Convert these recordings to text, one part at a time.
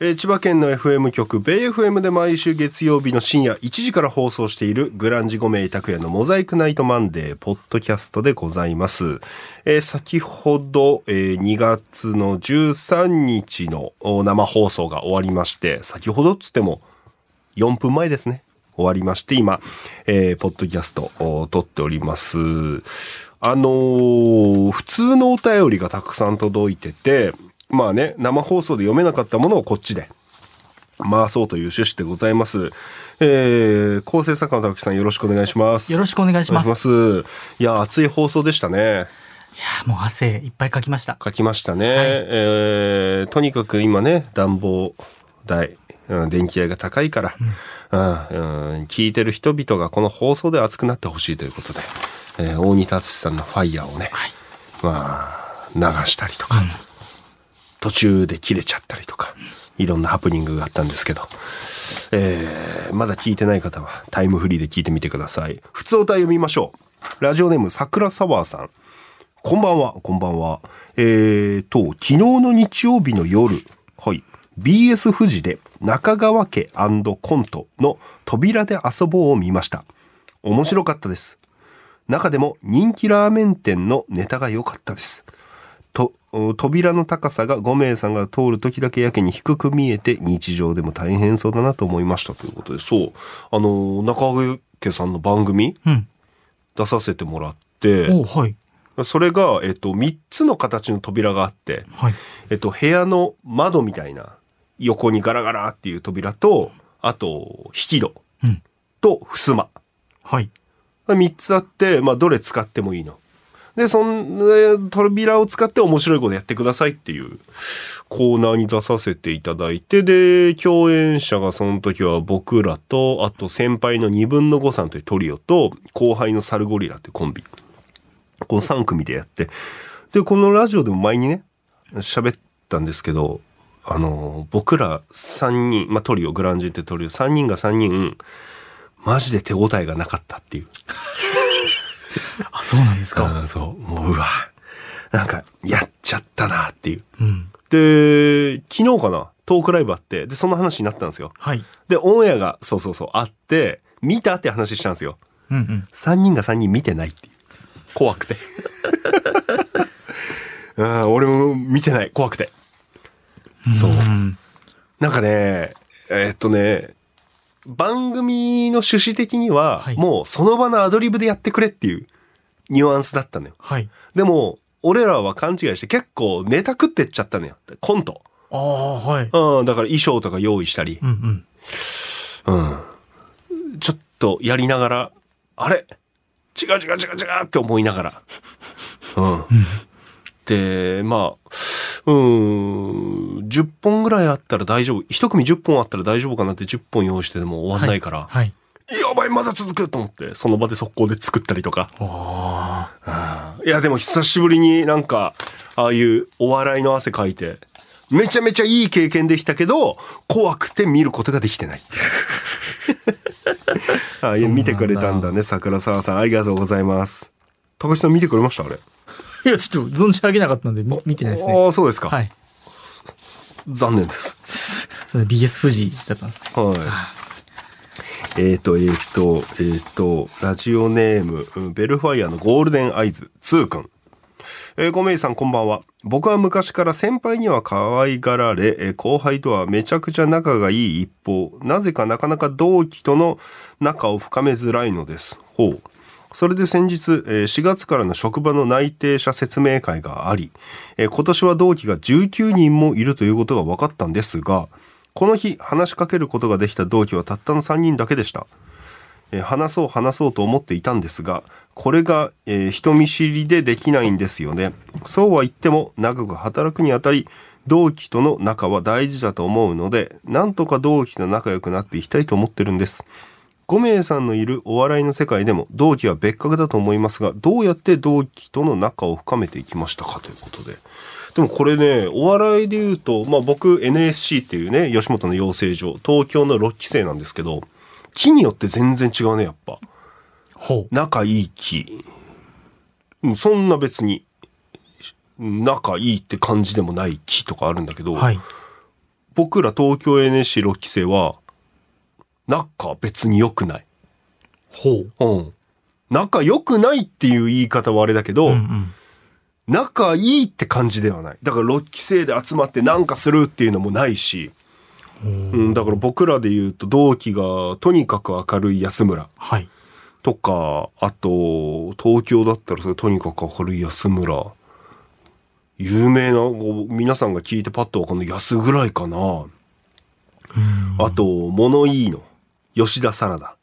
えー千葉県の FM 局、ベイ FM で毎週月曜日の深夜1時から放送しているグランジ5名拓也のモザイクナイトマンデー、ポッドキャストでございます。えー先ほど、えー2月の13日のお生放送が終わりまして、先ほどっつっても4分前ですね。終わりまして、今、えーポッドキャストを撮っております。あのー普通のお便りがたくさん届いてて、まあね、生放送で読めなかったものをこっちで回そうという趣旨でございます。えー、構成作家のたくさんよろしくお願いします。よろしくお願いしまおす願いします。いや、熱い放送でしたね。いやーもう汗いっぱいかきました。書きましたね、えーとにかく今ね暖房代、うん、電気代が高いから、うんうん聞いてる人々がこの放送で熱くなってほしいということで、えー大仁田敦さんの「ファイヤーをね、まあ流したりとか、途中で切れちゃったりとかいろんなハプニングがあったんですけど、えーまだ聞いてない方はタイムフリーで聞いてみてください普通お題読みましょうラジオネーム桜サワーさんこんばんは、こんばんは。えーと、昨日の日曜日の夜、はい、BS 富士で中川家コントの扉で遊ぼうを見ました。面白かったです。中でも人気ラーメン店のネタが良かったです。とお扉の高さが5名さんが通る時だけやけに低く見えて日常でも大変そうだなと思いましたということでそうあの中川家さんの番組うん。出させてもらっておうはいそれが、えっと、3つの形の扉があって、はい。えっと、部屋の窓みたいな横にガラガラっていう扉とあと引き戸うんと襖はい。 3つあって、まあ、どれ使ってもいいの。でそのえー扉を使って面白いことやってくださいっていうコーナーに出させていただいてで共演者がその時は僕らとあと先輩の2分の5さんというトリオと後輩のサルゴリラというコンビこの3組でやってでこのラジオでも前にね喋ったんですけどあの僕ら3人、まあ、トリオグランジってトリオ3人が3人マジで手応えがなかったっていう。あそうなんですか。うんそうもううわなんかやっちゃったなっていううん。で昨日かなトークライブあってでその話になったんですよはい。でオンエアがそうそうそうあって見たって話したんですようんうん。 3人が3人見てないっていう怖 くてうん俺も見てない怖くてそううんなんかねえーっとね番組の趣旨的には、はいもうその場のアドリブでやってくれっていうニュアンスだったのよはい。でも、俺らは勘違いして結構ネタ食ってっちゃったのよ。コント。ああはい。うん、だから衣装とか用意したりう。んうん。うん。ちょっとやりながら、あれ違う違う違う違うって思いながら。うん。で、まあ、うん、10本ぐらいあったら大丈夫。一組10本あったら大丈夫かなって10本用意してでも終わんないから、はい。やばい、まだ続くと思って、その場で速攻で作ったりとか。あいやでも久しぶりになんかああいうお笑いの汗かいてめちゃめちゃいい経験できたけど怖くて見ることができてない ああいや見てくれたんだね桜沢さんありがとうございます高橋さん見てくれましたあれあ。いやちょっと存じ上げなかったのでみ見てないですね。ああそうですか、はい。残念です それ BS 富士だったんですね。はい。えっ、と、えっ、と、えっ、と、ラジオネーム、うんベルファイアのゴールデンアイズ、つーくん。えー、ごめいさんこんばんは。僕は昔から先輩には可愛がられ、えー後輩とはめちゃくちゃ仲がいい一方、なぜかなかなか同期との仲を深めづらいのです。ほう。それで先日、えー4月からの職場の内定者説明会があり、えー今年は同期が19人もいるということが分かったんですが、この日話しかけることができた同期はたったの3人だけでした。えー話そう話そうと思っていたんですがこれが、えー人見知りでできないんですよねそうは言っても長く働くにあたり同期との仲は大事だと思うのでなんとか同期と仲良くなっていきたいと思ってるんです5名さんのいるお笑いの世界でも同期は別格だと思いますがどうやって同期との仲を深めていきましたかということででもこれねお笑いで言うと、まあ、僕 NSC っていうね吉本の養成所東京の6期生なんですけど木によって全然違うねやっぱほう。仲いい木うんそんな別に仲いいって感じでもない木とかあるんだけど、はい。僕ら東京 NSC6 期生は、仲別に良くない。ほう。うん。仲良くないっていう言い方はあれだけど、うんうん。仲いいって感じではない。だから6期生で集まってなんかするっていうのもないし、うん、だから僕らで言うと同期がとにかく明るい安村はい。とか、あと、東京だったらそれとにかく明るい安村。有名な、こう皆さんが聞いてパッとわかんない安ぐらいかな。あと、物いいの。吉田サラダ。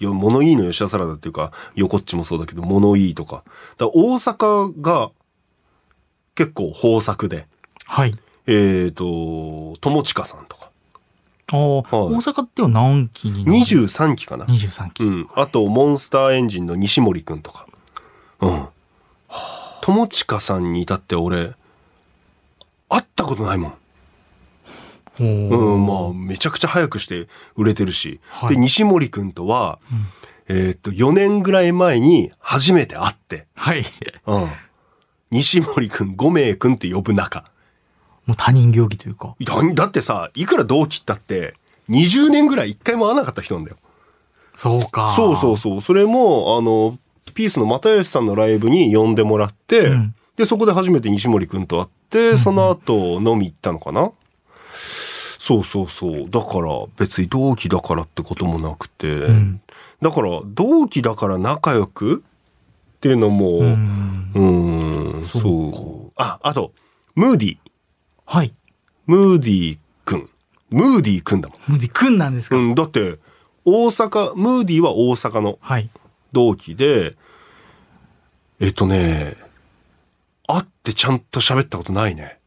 よ物いいの吉田サラダっていうか、横っちもそうだけど、物いいとか。だから大阪が結構豊作で、はい。えっ、と、友近さんとか。ああ、大阪っては何期に23期かな。 23期、うん、あとモンスターエンジンの西森くんとかうん友近さんに至って俺会ったことないもん、ほううん、まあめちゃくちゃ早くして売れてるし、はいで西森くんとは、んえーっと4年ぐらい前に初めて会って、はい。うん、西森くん五名くんって呼ぶ仲もう他人行儀というか。だだってさいくら同期ったって20年ぐらい一回も会わなかった人なんだよそうか。そうそうそう。それも、あの、ピースの又吉さんのライブに呼んでもらって、うんで、そこで初めて西森くんと会って、その後飲み行ったのかな、そうそうそう。だから、別に同期だからってこともなくて、うん。だから、同期だから仲良くっていうのも、ううん、ん。んそそううかあ、あと、ムーディー、はい。ムーディーくん。ムーディーくんだもん。ムーディくんなんですか、うん、だって、大阪、ムーディーは大阪のはい。同期で、えっとね、会ってちゃんと喋ったことないね。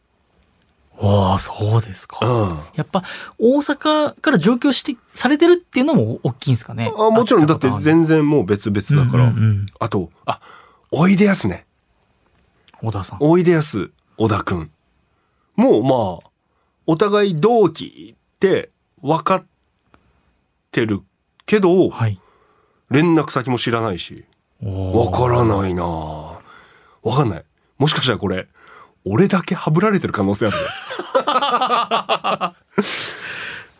ああ、そうですか。うん。やっぱ、大阪から上京して、されてるっていうのも大きいんですかね。あもちろん、だって然全然もう別々だから。うんうんうんあと、あ、おいでやすね。小田さん。おいでやす、小田くん。もうまあ、お互い同期って分かってるけど、はい。連絡先も知らないし。わわからないなぁわかんない。もしかしたらこれ、俺だけハブられてる可能性あるね。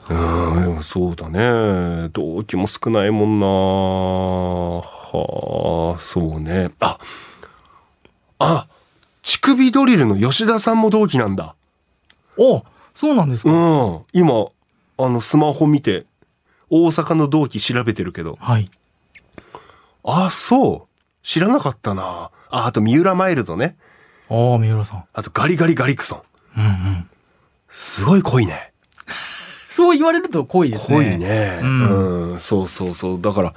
うーん、でもそうだね。動機も少ないもんなぁはあ、そうね。あ、あ、乳首ドリルの吉田さんも同期なんだ。おそうなんですうか、ん。今、あの、スマホ見て、大阪の同期調べてるけど。はい。あ、そう。知らなかったなあ、あと、三浦マイルドね。ああ、三浦さん。あとガリガリガリクソン。うんうん。すごい濃いね。そう言われると濃いですね。濃い。ね。うんうん、そうそうそう。だから、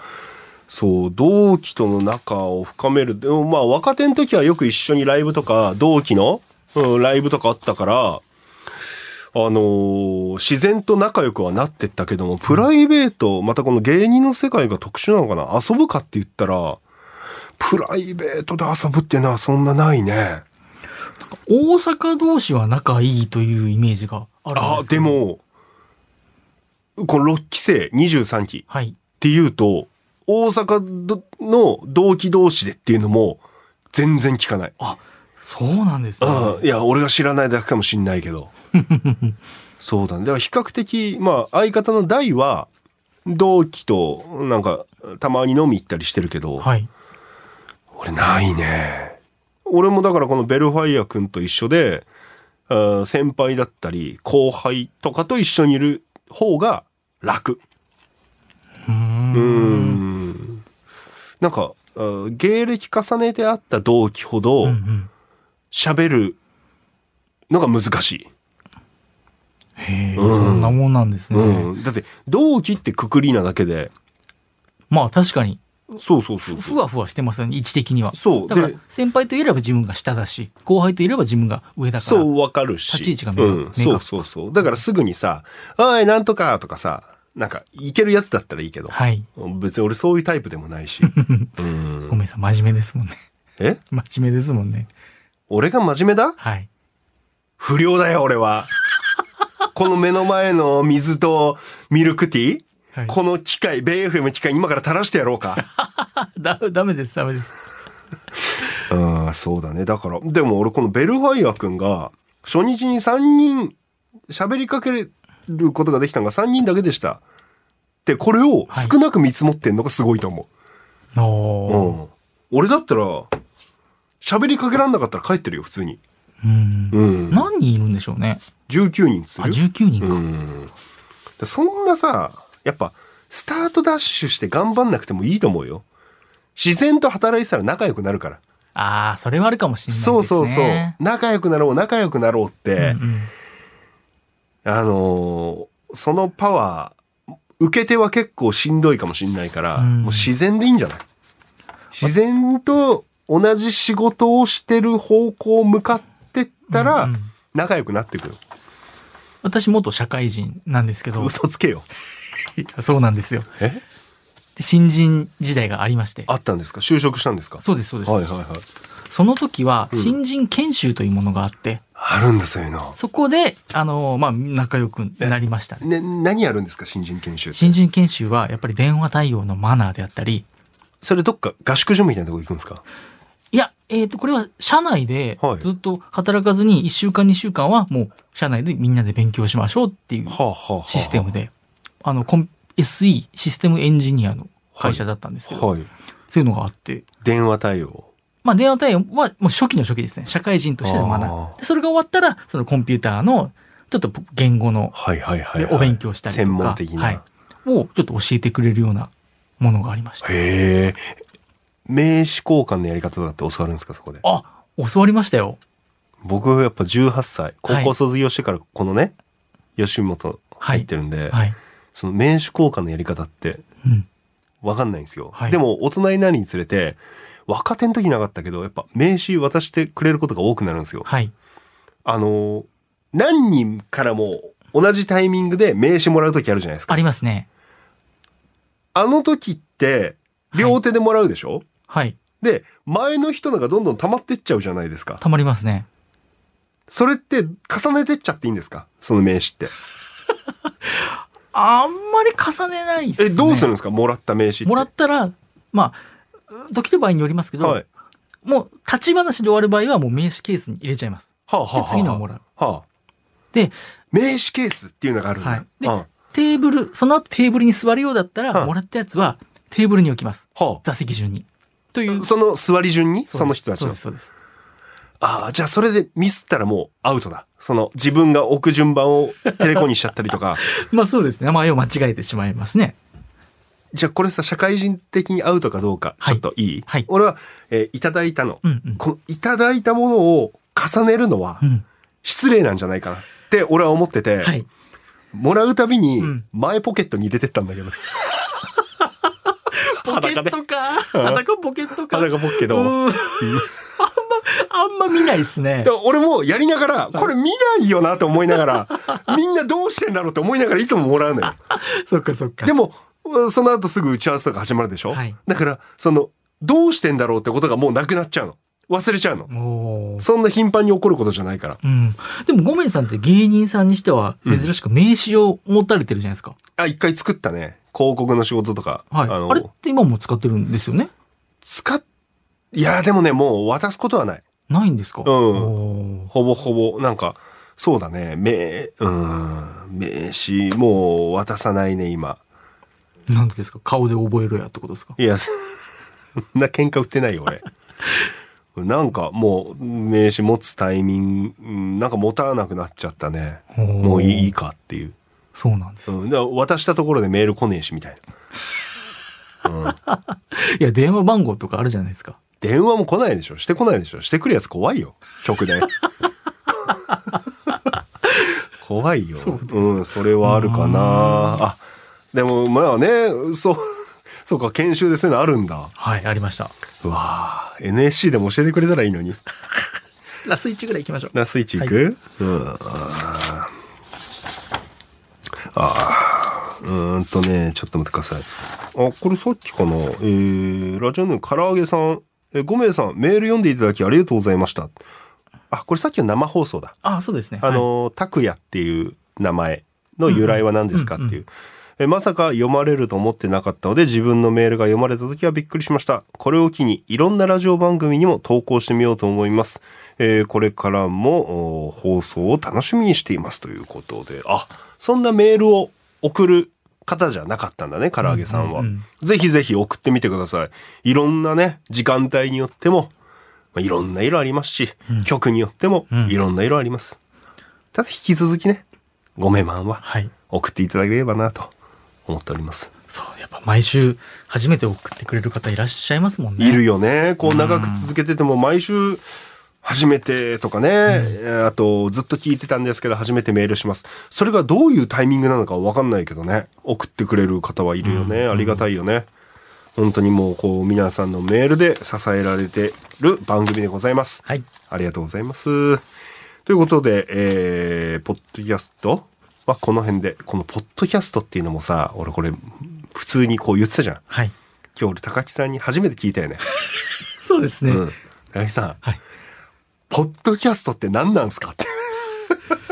そう、同期との仲を深める。でもまあ、若手の時はよく一緒にライブとか、同期の、うん、ライブとかあったから、あのー自然と仲良くはなってったけども、プライベート、またこの芸人の世界が特殊なのかな遊ぶかって言ったら、プライベートで遊ぶっていうのはそんなないね。大阪同士は仲いいというイメージがあるんあですけでど。。もこの6期生23期っはい。ていうと大阪どの同期同士でっていうのも全然聞かない。あ、そうなんですね。うん、いや俺が知らないだけかもしんないけどそうだねだから比較的まあ相方の大は同期となんかたまに飲み行ったりしてるけど、はい。俺ないね俺もだからこのベルファイア君と一緒であー先輩だったり後輩とかと一緒にいる方が楽うーんうーんなんかあー芸歴重ねてあった同期ほどうんうん。喋るのが難しい、へえ、うんそんなもんなんですね。うん、だって同期ってくくりなだけでまあ確かに、そうそうそふうふそうわふわしてますよね、位置的には。そうだからで、先輩といれば自分が下だし、後輩といれば自分が上だから。そうわかるし立ち位置が明うん、明確そうそうそうだからすぐにさ「おいなんとか」とかさなんかいけるやつだったらいいけど、はい。別に俺そういうタイプでもないし。 うんごめんなさい、真面目ですもんね。 え真面目ですもんね。俺が真面目だはい。不良だよ、俺は。この目の前の水とミルクティー、はい、この機械、ベイ FM 機械今から垂らしてやろうか。だダメです、ダメです。うん、そうだね。だから、でも俺このベルファイア君が初日に3人喋りかけることができたのが3人だけでした。で、これを少なく見積もってんのがすごいと思う。おうーん。俺だったら、喋りかけらんなかったら帰ってるよ、普通に。うんうん。何人いるんでしょうね。 19人すあ、る。 19人うか。ん。でそんなさ、やっぱ、スタートダッシュして頑張んなくてもいいと思うよ。自然と働いてたら仲良くなるから。ああ、それはあるかもしれないですね。そうそうそう。仲良くなろう、仲良くなろうって、うんうんあのーそのパワー、受け手は結構しんどいかもしんないから、うんもう自然でいいんじゃない自然と同じ仕事をしてる方向向かってったらうんうん、仲良くなってくよ。私元社会人なんですけど、嘘つけよ。そうなんですよ。えで新人時代がありまして。あったんですか就職したんですかそうです、そうです。はいはいはい。その時は、ん新人研修というものがあって、あるんだ、そういうの。そこで、あの、まあ、仲良くなりましたね。ね、何やるんですか新人研修って新人研修は、やっぱり電話対応のマナーであったり、それどっか合宿所みたいなとこ行くんですかいや、えっ、と、これは社内ではいずっと働かずに1週間2週間はもう社内でみんなで勉強しましょうっていうはあはあはあシステムで、あの、コン SE、システムエンジニアの会社だったんですけど、はい。そういうのがあって、電話対応。まあ電話対応はもう初期の初期ですね。社会人としてのマナあー。でそれが終わったら、そのコンピューターのちょっと言語のはいはいはい、ではい。お勉強したりとか、専門的な。はい、をちょっと教えてくれるようなものがありました。へえ。名刺交換のやり方だって教わるんですか、そこで。あ、教わりましたよ。僕はやっぱ18歳、高校卒業してからこのね、吉本入ってるんで、はい。その名刺交換のやり方ってうん。わかんないんですよ。はいでも大人になるにつれて、若手の時なかったけど、やっぱ名刺渡してくれることが多くなるんですよ。はい。あのー、何人からも同じタイミングで名刺もらう時あるじゃないですか。ありますね。あの時って、両手でもらうでしょ、はい。で、前の人のがどんどん溜まってっちゃうじゃないですか。たまりますね。それって重ねてっちゃっていいんですかその名刺って。あんまり重ねないっすえ、ね。どうするんですかもらった名刺って。もらったら、まあ、時の場合によりますけど、はい。もう立ち話で終わる場合はもう名刺ケースに入れちゃいます。はあ、はあはあ、で次のをもらう。はあ。で、名刺ケースっていうのがあるんだ。はいであテーブル、その後テーブルに座るようだったら、はいもらったやつはテーブルに置きます。は座席順に。という。あ。その座り順にその人たちそうのです、。そうです。ああ、じゃあそれでミスったらもうアウトだ。その自分が置く順番をテレコにしちゃったりとか。 まあそうですね。名前を間違えてしまいますね。じゃあこれさ、社会人的にアウトかどうか、はちいょっといい、はい俺は、えーいただいたの。うんうん。このいただいたものを重ねるのはうん。失礼なんじゃないかなって俺は思ってて。はい。もらうたびにうん前ポケットに入れてったんだけ ど、ポケ裸でットか。裸ポケットか。裸ポッケうど。んあんま、あんま見ないですねで。俺もやりながら、これ見ないよなと思いなが ら、みんなどうしてんだろうと思いながらいつももらうのよ。そっかそっか。でも、も、うんその後すぐ打ち合わせとか始まるでしょ、はいだから、その、どうしてんだろうってことがもうなくなっちゃうの。忘れちゃうの。おーそんな頻繁に起こることじゃないから。うん。でも、ごめんさんって芸人さんにしては珍しく名刺を持たれてるじゃないですか。あ、一回作ったね。広告の仕事とか。はい。ああのれって今も使ってるんですよね使っ、いや、でもね、もう渡すことはない。ないんですかうんおーほぼほぼ、なんか、そうだね、名、うん、名刺、もう渡さないね、今。なんでですか顔で覚えろやってことですかいや、そんな喧嘩売ってないよ、俺。 なんかもう名刺持つタイミングうん、なんか持たなくなっちゃったね。もういいい。かっていう。そうなんです。うん、だから渡したところでメール来ねえし、みたいな。うん、いや、電話番号とかあるじゃないですか。電話も来ないでしょしてこないでしょしてくるやつ怖いよ直 電怖いよそうですん、それはあるかなあでもまあねそうそうか研修でそういうのあるんだはい、ありました。うわあ NSC でも教えてくれたらいいのにラスイッチぐらい行きましょう。ラスイチ行く、うんあーあーうーんとねちょっと待ってくださいあこれさっきかなえー、ラジオネーム唐揚げさんえ5名さんメール読んでいただきありがとうございましたあこれさっきの生放送だあ、そうですね。あの拓也っていう名前の由来は何ですかっていう、うんうんうえーまさか読まれると思ってなかったので自分のメールが読まれた時はびっくりしましたこれを機にいろんなラジオ番組にも投稿してみようと思います、えーこれからもお放送を楽しみにしていますということであそんなメールを送る方じゃなかったんだね唐揚げさんは、うんうんぜひぜひ送ってみてくださいいろんなね時間帯によってもまあいろんな色ありますし、曲によってもんいろんな色あります、ただ引き続きねごめまんははい。送っていただければなと思っております、そう、やっぱ毎週初めて送ってくれる方いらっしゃいますもんね。いるよねこう長く続けてても毎週初めてとかね、えーあとずっと聞いてたんですけど初めてメールしますそれがどういうタイミングなのかわかんないけどね送ってくれる方はいるよね、ありがたいよね本当にもうこう皆さんのメールで支えられてる番組でございますはい。ありがとうございます。ということで、えー、ポッドキャストはこの辺で、このポッドキャストっていうのもさ、俺これ、普通にこう言ってたじゃん。はい。今日俺、高木さんに初めて聞いたよね。そうですね。うん。高木さん、はい。ポッドキャストって何なんすかって。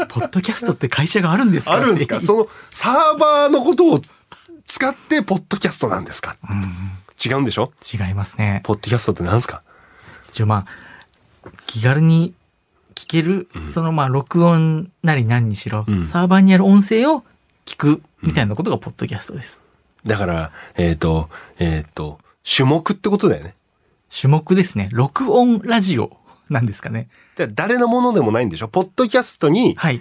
ポッドキャストって会社があるんですかあるんですかってそのサーバーのことを使って、ポッドキャストなんですかうん違うんでしょ違いますね。ポッドキャストって何すか一応まあ、気軽に聞ける、そのまあ、録音なり何にしろ、うんサーバーにある音声を聞くみたいなことがポッドキャストです。だから、えっ、と、えっ、と、種目ってことだよね。種目ですね。録音ラジオなんですかね。だから誰のものでもないんでしょポッドキャストに、はい。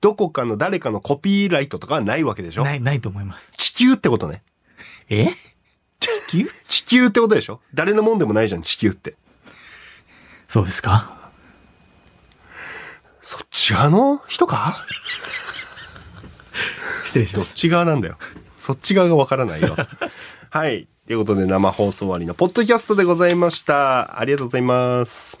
どこかの誰かのコピーライトとかはないわけでしょない、ないと思います。地球ってことね。え地球地球ってことでしょ誰のもんでもないじゃん、地球って。そうですかそっち側の人か失礼しどまっした。ち側なんだよ。そっち側がわから ないよ。はい。ということで生放送終わりのポッドキャストでございました。ありがとうございます。